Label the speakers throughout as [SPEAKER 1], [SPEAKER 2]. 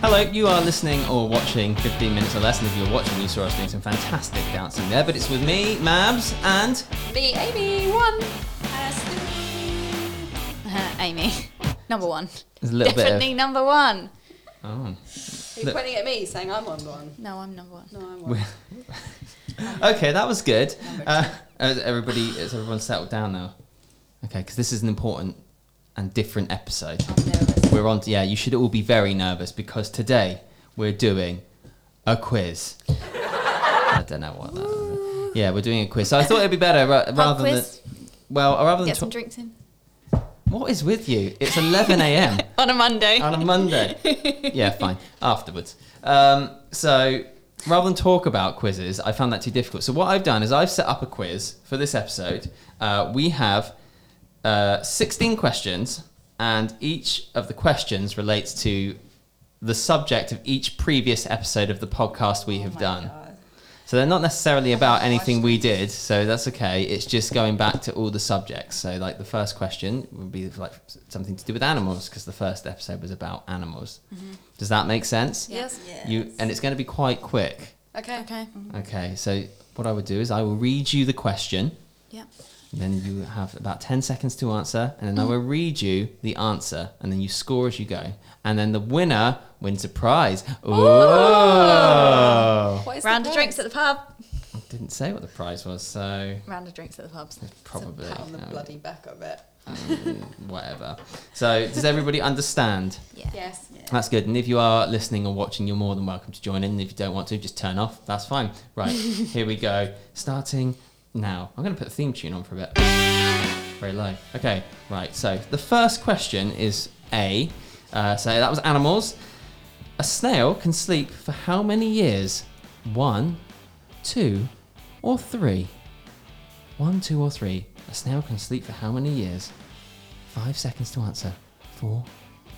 [SPEAKER 1] Hello, you are listening or watching 15 Minutes or Less, and if you're watching, you saw us doing some fantastic dancing there, but it's with me, Mabs, and
[SPEAKER 2] Me, Amy, one. Uh, Amy, number one.
[SPEAKER 1] there's a little
[SPEAKER 2] Definitely number one.
[SPEAKER 1] bit of...
[SPEAKER 3] Are you
[SPEAKER 1] Look.
[SPEAKER 3] pointing at me saying I'm on one?
[SPEAKER 2] No, I'm number one.
[SPEAKER 3] No, I'm on.
[SPEAKER 1] Oh. okay, that was good. Uh, has everybody, is everyone settled down now? Okay, because this is an important and different episode.
[SPEAKER 3] I'm nervous.
[SPEAKER 1] We're on, yeah, you should all be very nervous because today we're doing a quiz. I don't know what that was. Yeah, we're doing a quiz. So I thought it'd be better ra- rather
[SPEAKER 2] quiz?
[SPEAKER 1] than, well, rather than
[SPEAKER 2] Get
[SPEAKER 1] talk.
[SPEAKER 2] some drinks in.
[SPEAKER 1] What is with you? It's 11 a.m.
[SPEAKER 2] On a Monday.
[SPEAKER 1] on a Monday. Yeah, fine. Afterwards. Um, so rather than talk about quizzes, I found that too difficult. So what I've done is I've set up a quiz for this episode. Uh, we have uh, 16 questions, and each of the questions relates to the subject of each previous episode of the podcast we have done. So they're not necessarily about anything we did, so that's okay. It's just going back to all the subjects. So like the first question would be like something to do with animals because the first episode was about animals. Does that make sense?
[SPEAKER 2] Yes.
[SPEAKER 1] You and it's going to be quite quick.
[SPEAKER 3] Okay.
[SPEAKER 2] Okay.
[SPEAKER 1] Okay, so what I would do is I will read you the question.
[SPEAKER 2] Yeah.
[SPEAKER 1] Then you have about 10 seconds to answer, and then
[SPEAKER 3] Mm.
[SPEAKER 1] I will read you the answer, and then you score as you go. And then the winner wins a prize. Oh!
[SPEAKER 3] What is the
[SPEAKER 2] Round of
[SPEAKER 3] price?
[SPEAKER 2] drinks at the pub.
[SPEAKER 1] Didn't say what the prize was, so
[SPEAKER 2] Round of drinks at the pubs.
[SPEAKER 1] probably
[SPEAKER 3] Pat on the
[SPEAKER 1] um,
[SPEAKER 3] bloody back of it.
[SPEAKER 1] whatever. So, does everybody understand?
[SPEAKER 2] Yeah.
[SPEAKER 3] Yes.
[SPEAKER 1] That's good. And if you are listening or watching, you're more than welcome to join in. And if you don't want to, just turn off. That's fine. Right, here we go. Starting now. I'm going to put a theme tune on for a bit. Very low. Okay, right. So the first question is A. Uh, so that was animals. A snail can sleep for how many years? One, two, or three? One, two, or three. A snail can sleep for how many years? Five seconds to answer. Four,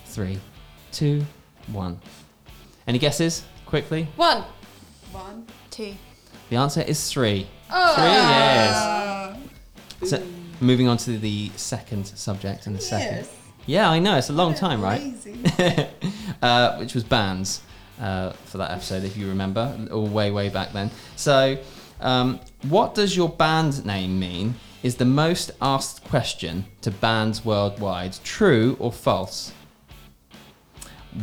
[SPEAKER 1] three, two, one. Any guesses? Quickly.
[SPEAKER 2] One,
[SPEAKER 3] One.
[SPEAKER 2] two.
[SPEAKER 1] The answer is three.
[SPEAKER 2] Oh.
[SPEAKER 1] Three years.
[SPEAKER 3] Uh,
[SPEAKER 1] So, moving on to the second subject in a second. Yeah, I know. It's a long time, right? uh, which was bands uh, for that episode, if you remember, all way, way back then. So, um, what does your band name mean? Is the most asked question to bands worldwide true or false?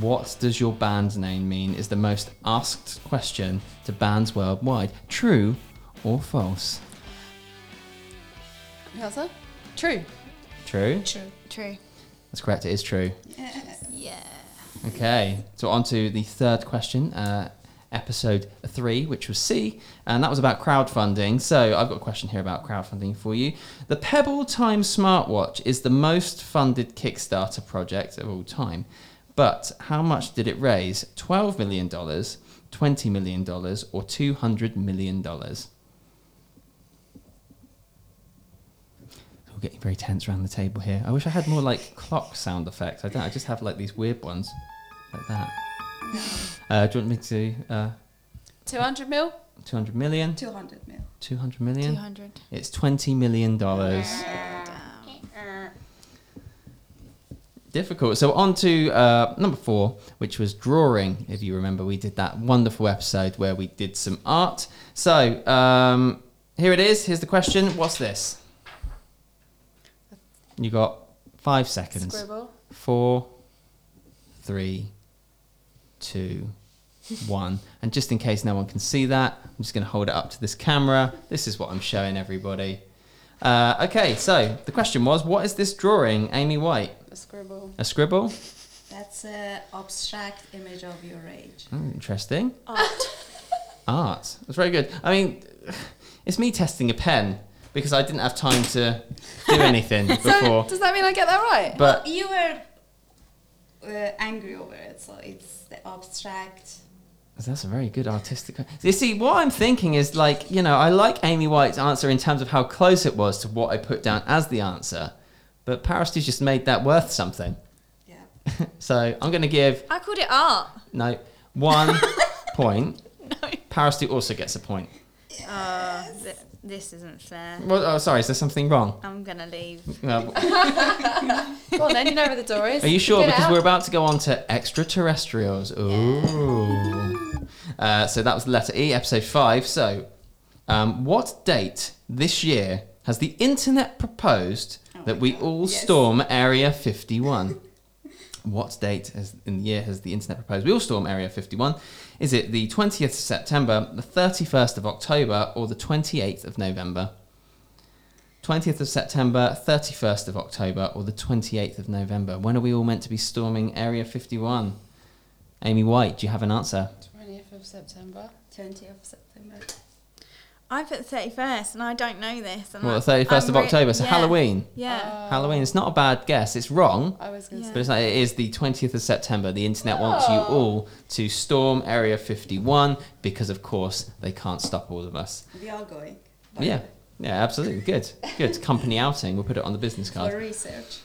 [SPEAKER 1] What does your band name mean? Is the most asked question to bands worldwide true or false?
[SPEAKER 3] Answer? True.
[SPEAKER 1] True.
[SPEAKER 3] True.
[SPEAKER 2] True.
[SPEAKER 1] That's correct. It is true.
[SPEAKER 2] Yeah.
[SPEAKER 1] Okay, so on to the third question, uh, episode three, which was C, and that was about crowdfunding. So I've got a question here about crowdfunding for you. The Pebble Time smartwatch is the most funded Kickstarter project of all time, but how much did it raise? $12 million, $20 million, or $200 million? We're getting very tense around the table here. I wish I had more like clock sound effects. I don't. I just have like these weird ones like that. Uh, do you want me to uh,
[SPEAKER 3] 200 mil?
[SPEAKER 1] 200 million?
[SPEAKER 4] 200 mil.
[SPEAKER 1] 200 million?
[SPEAKER 2] 200.
[SPEAKER 1] It's 20 million dollars.
[SPEAKER 2] Damn.
[SPEAKER 3] Uh,
[SPEAKER 1] Difficult. So on to uh, number four, which was drawing. If you remember, we did that wonderful episode where we did some art. So um, here it is. Here's the question. What's this? You got five seconds.
[SPEAKER 3] Scribble.
[SPEAKER 1] Four, three, two, one. And just in case no one can see that, I'm just going to hold it up to this camera. This is what I'm showing everybody. Uh, okay, so the question was, what is this drawing, Amy White?
[SPEAKER 3] A scribble.
[SPEAKER 1] A scribble?
[SPEAKER 4] That's an abstract image of your age.
[SPEAKER 1] Oh, interesting. Art. Art. That's very good. I mean, it's me testing a pen because I didn't have time to do anything before.
[SPEAKER 3] Does that mean I get that right?
[SPEAKER 1] But
[SPEAKER 4] You were uh, angry over it, so it's the abstract.
[SPEAKER 1] That's a very good artistic. You see, what I'm thinking is like, you know, I like Amy White's answer in terms of how close it was to what I put down as the answer, but Parasty's just made that worth something.
[SPEAKER 4] Yeah.
[SPEAKER 1] So I'm going to give,
[SPEAKER 2] I called it art.
[SPEAKER 1] no, one point.
[SPEAKER 2] No.
[SPEAKER 1] Parastu also gets a point.
[SPEAKER 2] Oh, th- this isn't fair.
[SPEAKER 1] Well, oh, sorry. Is there something wrong?
[SPEAKER 2] I'm gonna leave.
[SPEAKER 1] Uh,
[SPEAKER 3] Go on then, you know where the door is.
[SPEAKER 1] Are you sure?
[SPEAKER 3] Get
[SPEAKER 1] Because
[SPEAKER 3] out.
[SPEAKER 1] we're about to go on to extraterrestrials. Ooh. Uh, so that was letter E, episode five. So, um, what date this year has the internet proposed
[SPEAKER 2] Oh
[SPEAKER 1] that
[SPEAKER 4] my
[SPEAKER 1] we
[SPEAKER 4] God,
[SPEAKER 1] all
[SPEAKER 4] yes.
[SPEAKER 1] storm Area 51? what date has, in the year has the internet proposed we all storm Area 51? Is it the 20th of September, the 31st of October, or the 28th of November? 20th of September, 31st of October, or the 28th of November? When are we all meant to be storming Area 51? Amy White, do you have an answer?
[SPEAKER 3] 20th of September.
[SPEAKER 4] 20th of September.
[SPEAKER 2] I put 31st, and I don't know this. And
[SPEAKER 1] Well,
[SPEAKER 2] I-
[SPEAKER 1] the 31st
[SPEAKER 2] I'm
[SPEAKER 1] of
[SPEAKER 2] re-
[SPEAKER 1] October, so
[SPEAKER 2] yeah,
[SPEAKER 1] Halloween.
[SPEAKER 2] Yeah.
[SPEAKER 3] Oh,
[SPEAKER 1] Halloween, it's not a bad guess. It's wrong,
[SPEAKER 3] I was going to
[SPEAKER 2] Yeah.
[SPEAKER 1] but it's like it is the 20th of September. The internet wants you
[SPEAKER 3] Oh.
[SPEAKER 1] all to storm Area 51 because, of course, they can't stop all of us.
[SPEAKER 4] We are going. by
[SPEAKER 1] Yeah.
[SPEAKER 4] the way,
[SPEAKER 1] Yeah, absolutely. Good. Good. Company outing. We'll put it on the business card.
[SPEAKER 4] For research.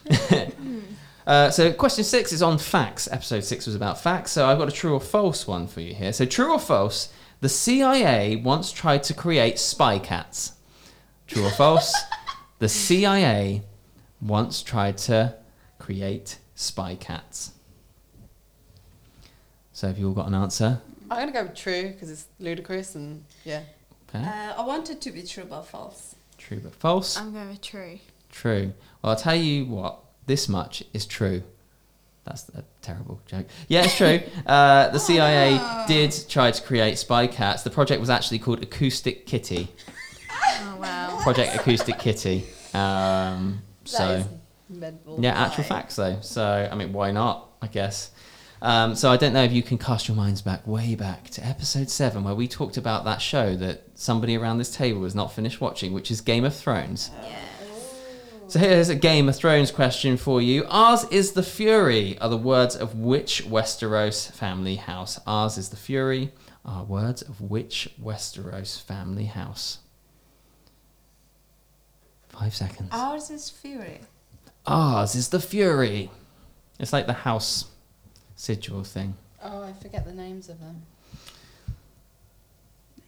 [SPEAKER 1] Uh, so question six is on facts. Episode six was about facts. So I've got a true or false one for you here. So true or false? The CIA once tried to create spy cats. True or false? the CIA once tried to create spy cats. So have you all got an answer?
[SPEAKER 3] I'm going to go with true because it's ludicrous and yeah.
[SPEAKER 1] Okay.
[SPEAKER 4] Uh, I wanted to be true but false.
[SPEAKER 1] True but
[SPEAKER 4] Uh,
[SPEAKER 1] false.
[SPEAKER 2] I'm going with true.
[SPEAKER 1] True. Well, I'll tell you what. This much is true. That's a terrible joke. Yeah, it's true. Uh, the
[SPEAKER 3] Oh,
[SPEAKER 1] CIA did try to create spy cats. The project was actually called Acoustic Kitty.
[SPEAKER 2] Oh wow.
[SPEAKER 1] Project Acoustic Kitty. Um, so
[SPEAKER 3] That is mental.
[SPEAKER 1] yeah, actual
[SPEAKER 3] Why?
[SPEAKER 1] facts though. So I mean, why not? I guess. Um, so I don't know if you can cast your minds back way back to episode seven, where we talked about that show that somebody around this table has not finished watching, which is Game of Thrones. So here's a Game of Thrones question for you. Ours is the Fury are the words of which Westeros family house? Ours is the Fury are words of which Westeros family house? Five seconds.
[SPEAKER 4] Ours is Fury.
[SPEAKER 1] Ours is the Fury. It's like the house sigil thing.
[SPEAKER 3] Oh, I forget the names of them.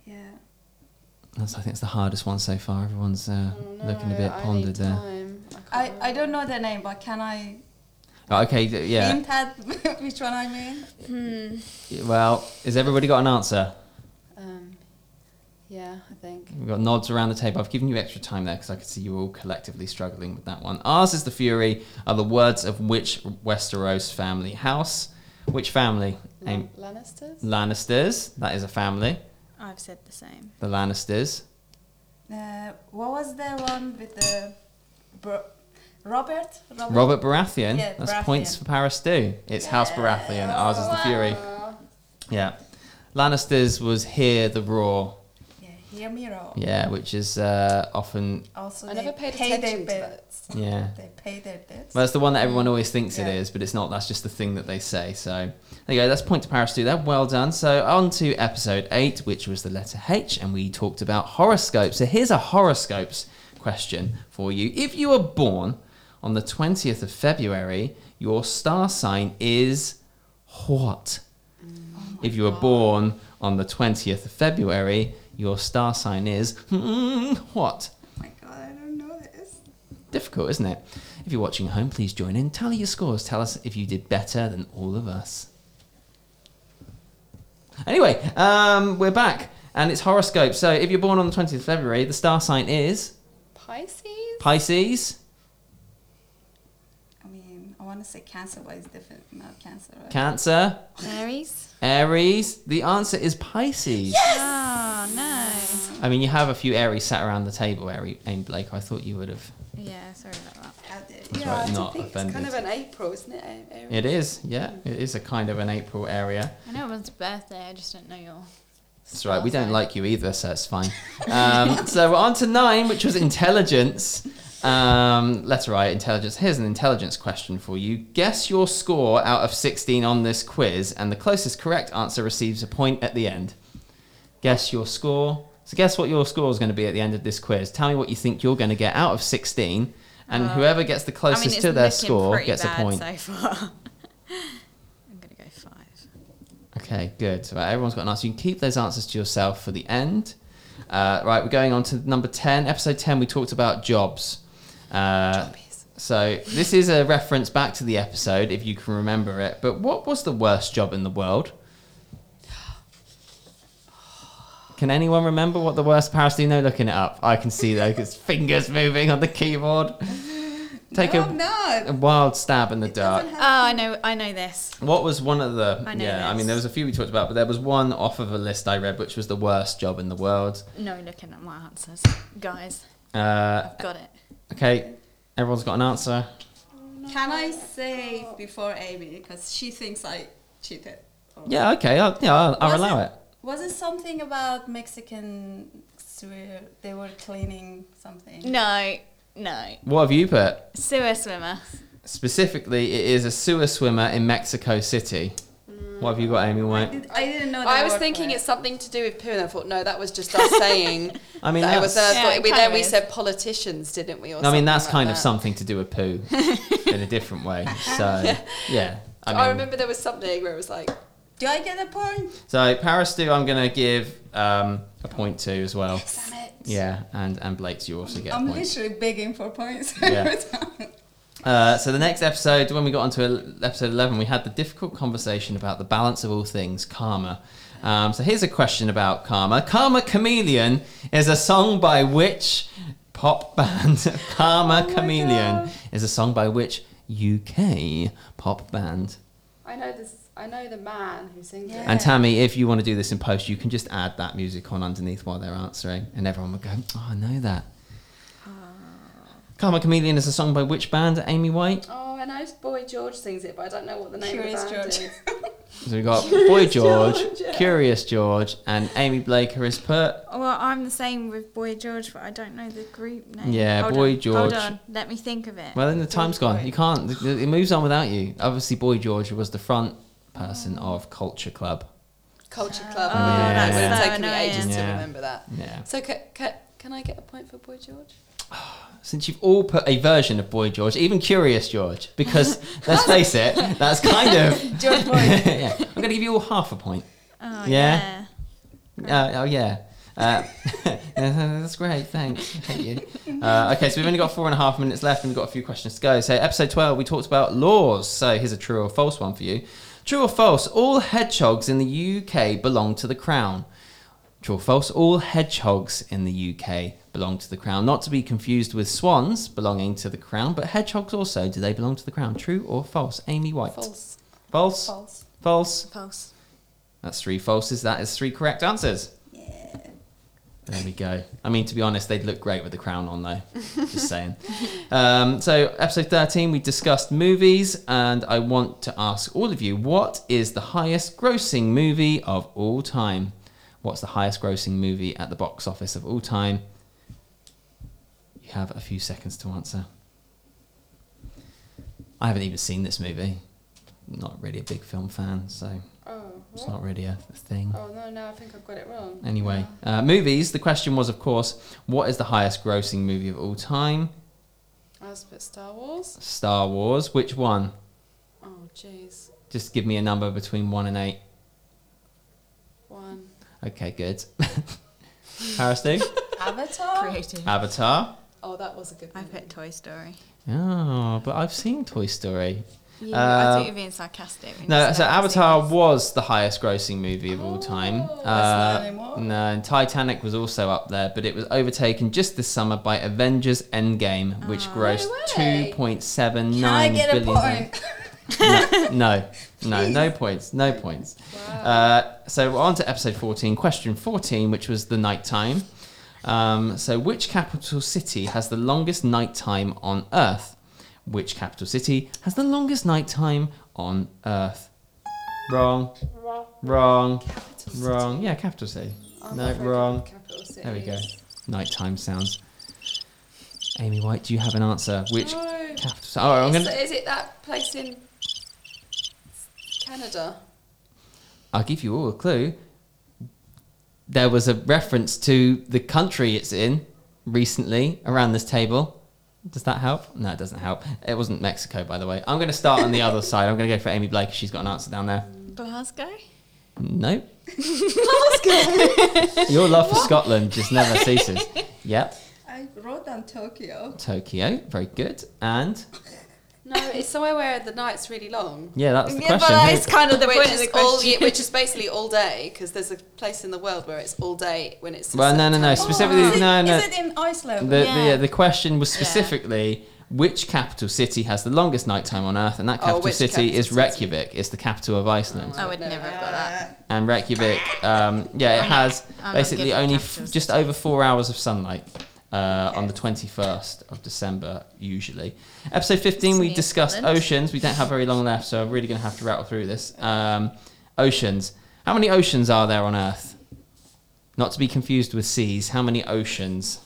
[SPEAKER 4] Yeah.
[SPEAKER 1] That's, I think it's the hardest one so far. Everyone's uh,
[SPEAKER 3] Oh, no,
[SPEAKER 1] looking a bit
[SPEAKER 3] I
[SPEAKER 1] pondered
[SPEAKER 3] need
[SPEAKER 1] there.
[SPEAKER 3] time. I, can't
[SPEAKER 4] I, I
[SPEAKER 3] remember.
[SPEAKER 4] don't know their name, but can I
[SPEAKER 1] Oh, okay, th- yeah.
[SPEAKER 4] hint at which one I mean?
[SPEAKER 2] Hmm.
[SPEAKER 1] Well, has everybody got an answer?
[SPEAKER 3] Um, yeah, I think.
[SPEAKER 1] We've got nods around the table. I've given you extra time there because I could see you all collectively struggling with that one. Ours is the Fury are the words of which Westeros family house? Which family?
[SPEAKER 3] Lan-
[SPEAKER 1] Aim-
[SPEAKER 3] Lannisters?
[SPEAKER 1] Lannisters. That is a family.
[SPEAKER 2] I've said the same.
[SPEAKER 1] The Lannisters.
[SPEAKER 4] Uh, what was the one with the bro- Robert?
[SPEAKER 1] Robert Baratheon.
[SPEAKER 4] Yeah,
[SPEAKER 1] that's
[SPEAKER 4] Baratheon.
[SPEAKER 1] points for Paris Stew. It's House Baratheon. Ours is the Fury. Yeah. Lannisters was Hear the Roar.
[SPEAKER 4] Yeah, hear me roar.
[SPEAKER 1] Yeah, which is uh, often.
[SPEAKER 4] Also,
[SPEAKER 3] I
[SPEAKER 4] they
[SPEAKER 3] never paid
[SPEAKER 4] pay
[SPEAKER 3] attention to
[SPEAKER 4] their
[SPEAKER 3] that.
[SPEAKER 4] bills.
[SPEAKER 1] Yeah.
[SPEAKER 4] They pay their bills.
[SPEAKER 1] Well, that's the one that everyone always thinks it
[SPEAKER 4] Yeah.
[SPEAKER 1] is, but it's not. That's just the thing that they say. So there you go. That's point to Paris too. There, well done. So on to episode eight, which was the letter H, and we talked about horoscopes. So here's a horoscopes question for you. If you were born on the twentieth of February, your star sign is what? if you were born on the twentieth of February, your star sign is hmm, what?
[SPEAKER 4] oh my god, I don't know this.
[SPEAKER 1] Difficult, isn't it? If you're watching at home, please join in. Tally your scores. Tell us if you did better than all of us. Anyway, um, we're back, and it's horoscope. So, if you're born on the 20th of February, the star sign is
[SPEAKER 3] Pisces?
[SPEAKER 1] Pisces.
[SPEAKER 4] I mean, I want to say cancer, but it's definitely not cancer, right?
[SPEAKER 1] Cancer,
[SPEAKER 2] Aries.
[SPEAKER 1] Aries. The answer is Pisces.
[SPEAKER 2] Oh no.
[SPEAKER 1] I mean, you have a few Aries sat around the table, Ari- Amy Blake. I thought you would have.
[SPEAKER 2] Yeah. Sorry about that.
[SPEAKER 4] How dare you.
[SPEAKER 1] That's right, not
[SPEAKER 3] it's kind
[SPEAKER 1] offended.
[SPEAKER 3] of an April, isn't it? A- April?
[SPEAKER 1] It is, yeah. It is a kind of an April area.
[SPEAKER 2] I know everyone's birthday. I just don't know your.
[SPEAKER 1] That's right. We
[SPEAKER 2] Star
[SPEAKER 1] don't
[SPEAKER 2] sign.
[SPEAKER 1] like you either, so it's fine. Um, so we're on to nine, which was intelligence. Um, let's right, intelligence. Here's an intelligence question for you. Guess your score out of 16 on this quiz, and the closest correct answer receives a point at the end. Guess your score. So guess what your score is going to be at the end of this quiz. Tell me what you think you're going to get out of 16, and whoever gets the
[SPEAKER 2] Uh, I
[SPEAKER 1] closest
[SPEAKER 2] mean, it's
[SPEAKER 1] to their
[SPEAKER 2] looking
[SPEAKER 1] score
[SPEAKER 2] pretty
[SPEAKER 1] gets a
[SPEAKER 2] bad
[SPEAKER 1] point.
[SPEAKER 2] so far. I'm gonna go five.
[SPEAKER 1] Okay, good. So everyone's got an answer. You can keep those answers to yourself for the end. Uh, right, we're going on to number 10. Episode 10, we talked about jobs. Uh, so this is a reference back to the episode, if you can remember it. But what was the worst job in the world? Can anyone remember what the worst Paris do? No, looking it up. I can see though, because fingers moving on the keyboard. Take
[SPEAKER 4] no,
[SPEAKER 1] a,
[SPEAKER 4] I'm not.
[SPEAKER 1] a wild stab in the dark.
[SPEAKER 4] Doesn't
[SPEAKER 2] Oh,
[SPEAKER 4] have-
[SPEAKER 2] I know, I know this.
[SPEAKER 1] What was one of the?
[SPEAKER 2] I know
[SPEAKER 1] yeah, I mean,
[SPEAKER 2] this.
[SPEAKER 1] there was a few we talked about, but there was one off of a list I read, which was the worst job in the world.
[SPEAKER 2] No looking at my answers, guys.
[SPEAKER 1] Uh,
[SPEAKER 2] I've got it.
[SPEAKER 1] okay, everyone's got an answer.
[SPEAKER 4] Can I say before Amy because she thinks I cheated? Or-
[SPEAKER 1] Yeah, okay, I'll, yeah, I'll, I'll
[SPEAKER 4] Was
[SPEAKER 1] allow
[SPEAKER 4] it-
[SPEAKER 1] it.
[SPEAKER 4] Was it something about Mexican sewer? They were cleaning something.
[SPEAKER 2] No, no.
[SPEAKER 1] What have you put?
[SPEAKER 2] Sewer swimmer.
[SPEAKER 1] Specifically, it is a sewer swimmer in Mexico City. What have you got, Amy
[SPEAKER 4] I,
[SPEAKER 1] White?
[SPEAKER 4] did, I didn't know. The
[SPEAKER 3] Oh, I was
[SPEAKER 4] word for
[SPEAKER 3] thinking
[SPEAKER 4] it.
[SPEAKER 3] it's something to do with poo, and I thought, no, that was just us saying.
[SPEAKER 1] I mean,
[SPEAKER 3] that it was us.
[SPEAKER 1] that's,
[SPEAKER 2] Yeah,
[SPEAKER 3] But
[SPEAKER 2] it
[SPEAKER 3] we,
[SPEAKER 2] kind
[SPEAKER 3] then
[SPEAKER 2] of
[SPEAKER 3] we
[SPEAKER 2] is.
[SPEAKER 3] said politicians, didn't we?
[SPEAKER 1] I
[SPEAKER 3] Or
[SPEAKER 1] mean,
[SPEAKER 3] something
[SPEAKER 1] that's
[SPEAKER 3] like
[SPEAKER 1] kind of
[SPEAKER 3] that.
[SPEAKER 1] something to do with poo in a different way. So, yeah.
[SPEAKER 3] Oh, I,
[SPEAKER 1] I mean,
[SPEAKER 3] remember there was something where it was like,
[SPEAKER 4] Do I get a point?
[SPEAKER 1] so Paris do I'm going to give um, a point to as well.
[SPEAKER 4] Damn it!
[SPEAKER 1] Yeah, and and Blake's you also get a
[SPEAKER 4] I'm
[SPEAKER 1] point.
[SPEAKER 4] literally begging for points.
[SPEAKER 1] Yeah.
[SPEAKER 4] every time.
[SPEAKER 1] Uh, so the next episode, when we got onto el- episode eleven, we had the difficult conversation about the balance of all things, karma. Um, so here's a question about karma. Karma Chameleon is a song by which pop band? karma Chameleon is a song by which UK pop band?
[SPEAKER 3] I know this. I know the man who sings
[SPEAKER 4] Yeah.
[SPEAKER 3] it.
[SPEAKER 1] And Tammy, if you want to do this in post, you can just add that music on underneath while they're answering, and everyone would go, "Oh, I know that." Karma Chameleon is a song by which band? Amy White.
[SPEAKER 3] Oh, I know Boy George sings it, but I don't know what the name
[SPEAKER 4] Curious
[SPEAKER 3] of the band
[SPEAKER 4] George.
[SPEAKER 3] is.
[SPEAKER 1] So we got Boy George,
[SPEAKER 3] George, yeah.
[SPEAKER 1] Curious George, and Amy Blaker is put.
[SPEAKER 2] Well, I'm the same with Boy George, but I don't know the group name.
[SPEAKER 1] Yeah,
[SPEAKER 2] Hold
[SPEAKER 1] Boy
[SPEAKER 2] on,
[SPEAKER 1] George.
[SPEAKER 2] Hold on, let me think of it.
[SPEAKER 1] Well, then the time's gone. You can't. th- th- It moves on without you. Obviously, Boy George was the front person of Culture Club.
[SPEAKER 3] Culture Club.
[SPEAKER 2] Oh,
[SPEAKER 1] Yeah. that's
[SPEAKER 3] It would have
[SPEAKER 2] so
[SPEAKER 3] taken me ages
[SPEAKER 1] annoying.
[SPEAKER 3] to
[SPEAKER 1] Yeah.
[SPEAKER 3] remember that.
[SPEAKER 1] Yeah.
[SPEAKER 3] So ca ca can I get a point for Boy George?
[SPEAKER 1] Since you've all put a version of Boy George, even Curious George, because let's face it, that's kind of.
[SPEAKER 4] George Boy.
[SPEAKER 1] yeah. I'm going to give you all half a point.
[SPEAKER 2] Oh,
[SPEAKER 1] Yeah.
[SPEAKER 2] yeah.
[SPEAKER 1] Uh, oh yeah. Uh, that's great. Thanks. Hate you. Uh, okay, so we've only got four and a half minutes left, and we've got a few questions to go. So episode twelve, we talked about laws. So here's a true or false one for you. True or false? All hedgehogs in the UK belong to the crown. True or false? All hedgehogs in the UK belong to the crown. Not to be confused with swans belonging to the crown, but hedgehogs also. Do they belong to the crown? True or false? Amy White.
[SPEAKER 3] False.
[SPEAKER 1] False.
[SPEAKER 3] False.
[SPEAKER 1] False.
[SPEAKER 2] False.
[SPEAKER 1] That's three falses. That is three correct answers. Yeah. There we go. I mean, to be honest, they'd look great with the crown on, though. Just saying. Um, so, episode 13, we discussed movies, and I want to ask all of you what is the highest grossing movie of all time? What's the highest grossing movie at the box office of all time? You have a few seconds to answer. I haven't even seen this movie. Not really a big film fan, so
[SPEAKER 3] Oh.
[SPEAKER 1] it's
[SPEAKER 3] what?
[SPEAKER 1] not really a a thing.
[SPEAKER 3] Oh no, no, I think I've got it wrong.
[SPEAKER 1] Anyway, uh, movies. The question was, of course, what is the highest grossing movie of all time?
[SPEAKER 3] I was a bit Star Wars.
[SPEAKER 1] Star Wars. Which one?
[SPEAKER 3] Oh jeez.
[SPEAKER 1] Just give me a number between one and eight.
[SPEAKER 3] One.
[SPEAKER 1] Okay, good. Paris do?
[SPEAKER 4] Avatar.
[SPEAKER 2] Creative.
[SPEAKER 1] Avatar.
[SPEAKER 3] Oh, that was a good
[SPEAKER 2] I
[SPEAKER 3] one.
[SPEAKER 2] put Toy Story.
[SPEAKER 1] Oh, but I've seen Toy Story.
[SPEAKER 2] Yeah,
[SPEAKER 1] Uh,
[SPEAKER 2] I thought you were being sarcastic. when you
[SPEAKER 1] No,
[SPEAKER 2] said
[SPEAKER 1] so
[SPEAKER 2] that.
[SPEAKER 1] Avatar was the highest grossing movie of all time.
[SPEAKER 3] Oh, that's
[SPEAKER 4] not
[SPEAKER 1] Uh,
[SPEAKER 4] anymore.
[SPEAKER 1] no, and Titanic was also up there, but it was overtaken just this summer by Avengers Endgame, which grossed
[SPEAKER 3] way.
[SPEAKER 1] two point seven
[SPEAKER 4] Ah, Can
[SPEAKER 1] nine
[SPEAKER 4] I
[SPEAKER 1] billion.
[SPEAKER 4] get a point?
[SPEAKER 1] no, no, no, no points, no points. Uh, so we're on to episode 14, question 14, which was the nighttime. Um, so, which capital city has the longest nighttime on Earth? Which capital city has the longest nighttime on Earth? Wrong, wrong,
[SPEAKER 3] Capital City.
[SPEAKER 1] wrong. Yeah, capital city.
[SPEAKER 3] I'm
[SPEAKER 1] No,
[SPEAKER 3] afraid of
[SPEAKER 1] wrong.
[SPEAKER 3] Capital City.
[SPEAKER 1] There we go. Nighttime sounds. Amy White, do you have an answer? Which
[SPEAKER 3] No.
[SPEAKER 1] capital? Oh, I'm
[SPEAKER 3] Is,
[SPEAKER 1] gonna.
[SPEAKER 3] is it that place in Canada?
[SPEAKER 1] I'll give you all a clue. There was a reference to the country it's in recently around this table. Does that help? No, it doesn't help. It wasn't Mexico, by the way. I'm going to start on the other side. I'm going to go for Amy Blake. She's got an answer down there.
[SPEAKER 2] Glasgow.
[SPEAKER 1] No. Your love for Scotland just never ceases. Yep.
[SPEAKER 4] I wrote down Tokyo.
[SPEAKER 1] Tokyo, very good. And
[SPEAKER 3] No, it's somewhere where the night's really long.
[SPEAKER 1] yeah, that's the
[SPEAKER 2] yeah,
[SPEAKER 1] question.
[SPEAKER 2] but that's kind of the
[SPEAKER 3] which
[SPEAKER 2] point of
[SPEAKER 3] is
[SPEAKER 2] the
[SPEAKER 3] all,
[SPEAKER 2] question.
[SPEAKER 3] yeah, which is basically all day because there's a place in the world where it's all day when it's.
[SPEAKER 1] well, no, no, no.
[SPEAKER 3] September.
[SPEAKER 1] Specifically,
[SPEAKER 4] is it,
[SPEAKER 1] no, no.
[SPEAKER 4] Is it in Iceland?
[SPEAKER 1] the,
[SPEAKER 2] Yeah.
[SPEAKER 1] the, the question was specifically which capital city has the longest nighttime on earth, and that
[SPEAKER 3] Oh,
[SPEAKER 1] capital
[SPEAKER 3] which
[SPEAKER 1] city
[SPEAKER 3] capital
[SPEAKER 1] is
[SPEAKER 3] city?
[SPEAKER 1] Reykjavik. It's the capital of Iceland,
[SPEAKER 2] I would
[SPEAKER 3] No.
[SPEAKER 2] never have got that.
[SPEAKER 1] and Reykjavik, um, yeah, it has
[SPEAKER 2] I'm not
[SPEAKER 1] basically
[SPEAKER 2] Oh, good at
[SPEAKER 1] only f-
[SPEAKER 2] capitals.
[SPEAKER 1] just over four hours of sunlight. Uh, on the 21st of December, usually. Episode 15, we
[SPEAKER 2] Sweet.
[SPEAKER 1] discussed
[SPEAKER 2] Excellent.
[SPEAKER 1] oceans. We don't have very long left, so I'm really going to have to rattle through this. Um, oceans. How many oceans are there on Earth? Not to be confused with seas. How many oceans?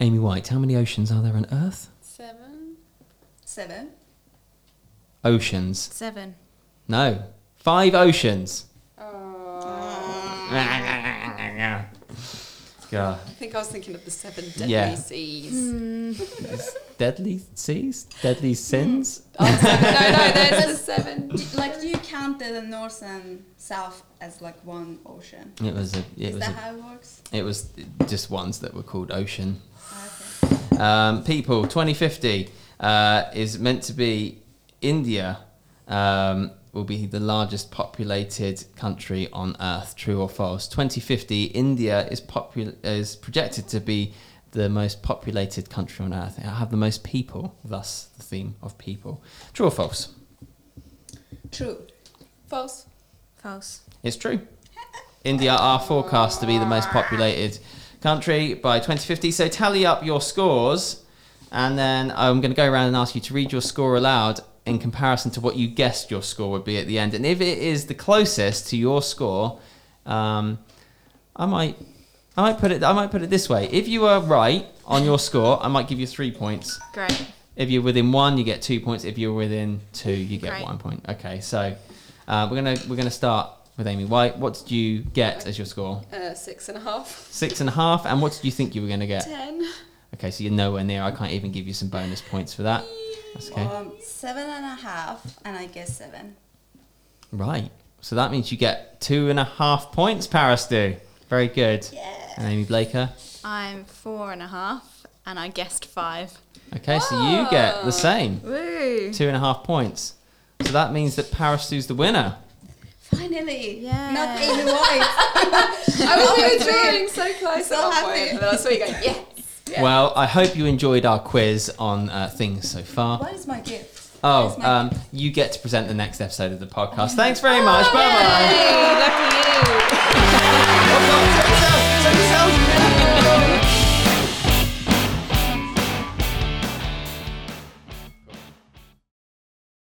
[SPEAKER 1] Amy White, how many oceans are there on Earth?
[SPEAKER 3] Seven.
[SPEAKER 4] Seven.
[SPEAKER 1] Oceans.
[SPEAKER 2] Seven.
[SPEAKER 1] No. Five oceans.
[SPEAKER 3] Oh,
[SPEAKER 1] God.
[SPEAKER 3] I think I was thinking of the seven deadly
[SPEAKER 1] Yeah.
[SPEAKER 3] seas.
[SPEAKER 1] Deadly seas? Deadly sins?
[SPEAKER 3] Oh, seven. no, no, there's a seven.
[SPEAKER 4] D- Like you count the north and south as like one ocean.
[SPEAKER 1] It was a it
[SPEAKER 4] Mm. Is
[SPEAKER 1] was
[SPEAKER 4] that
[SPEAKER 1] a,
[SPEAKER 4] how it works?
[SPEAKER 1] it was just ones that were called ocean.
[SPEAKER 4] Okay.
[SPEAKER 1] Um, people, 2050 uh, is meant to be India um, will be the largest populated country on Earth. True or false? 2050, India is popul- is projected to be the most populated country on Earth. It'll have the most people. Thus, the theme of people. True or false?
[SPEAKER 4] True.
[SPEAKER 3] False.
[SPEAKER 2] False.
[SPEAKER 1] It's true. India are forecast to be the most populated country by 2050. So tally up your scores, and then I'm going to go around and ask you to read your score aloud in comparison to what you guessed your score would be at the end. And if it is the closest to your score, um, I might, I might put it, I might put it this way: if you are right on your score, I might give you three points.
[SPEAKER 2] Great.
[SPEAKER 1] If you're within one, you get two points. If you're within two, you get
[SPEAKER 2] Great.
[SPEAKER 1] one point. Okay, so uh, we're gonna we're gonna start with Amy White. What did you get as your score?
[SPEAKER 3] Uh, six and a half.
[SPEAKER 1] Six and a half. And what did you think you were gonna get?
[SPEAKER 3] Ten.
[SPEAKER 1] Okay, so you're nowhere near. I can't even give you some bonus points for that. That's okay.
[SPEAKER 4] Um, seven and a half, and I guess seven.
[SPEAKER 1] Right. So that means you get two and a half points. Paris do. Very good.
[SPEAKER 4] Yeah.
[SPEAKER 1] And Amy Blaker.
[SPEAKER 2] I'm four and a half, and I guessed five.
[SPEAKER 1] Okay, so you get the same.
[SPEAKER 2] Woo!
[SPEAKER 1] Two and a half points. So that means that Paris do's the winner.
[SPEAKER 4] Finally.
[SPEAKER 2] Yeah.
[SPEAKER 4] Not Amy White. Oh,
[SPEAKER 3] I was even drawing so close
[SPEAKER 4] So
[SPEAKER 3] at one
[SPEAKER 4] happy.
[SPEAKER 3] point, and then I saw you going, yeah. Yeah.
[SPEAKER 1] Well, I hope you enjoyed our quiz on uh, things so far.
[SPEAKER 4] what is my gift?
[SPEAKER 1] Oh,
[SPEAKER 4] That's my
[SPEAKER 1] um, you get to present the next episode of the podcast. Thanks very much. Bye bye.
[SPEAKER 3] Hey, lucky you.
[SPEAKER 1] Well done.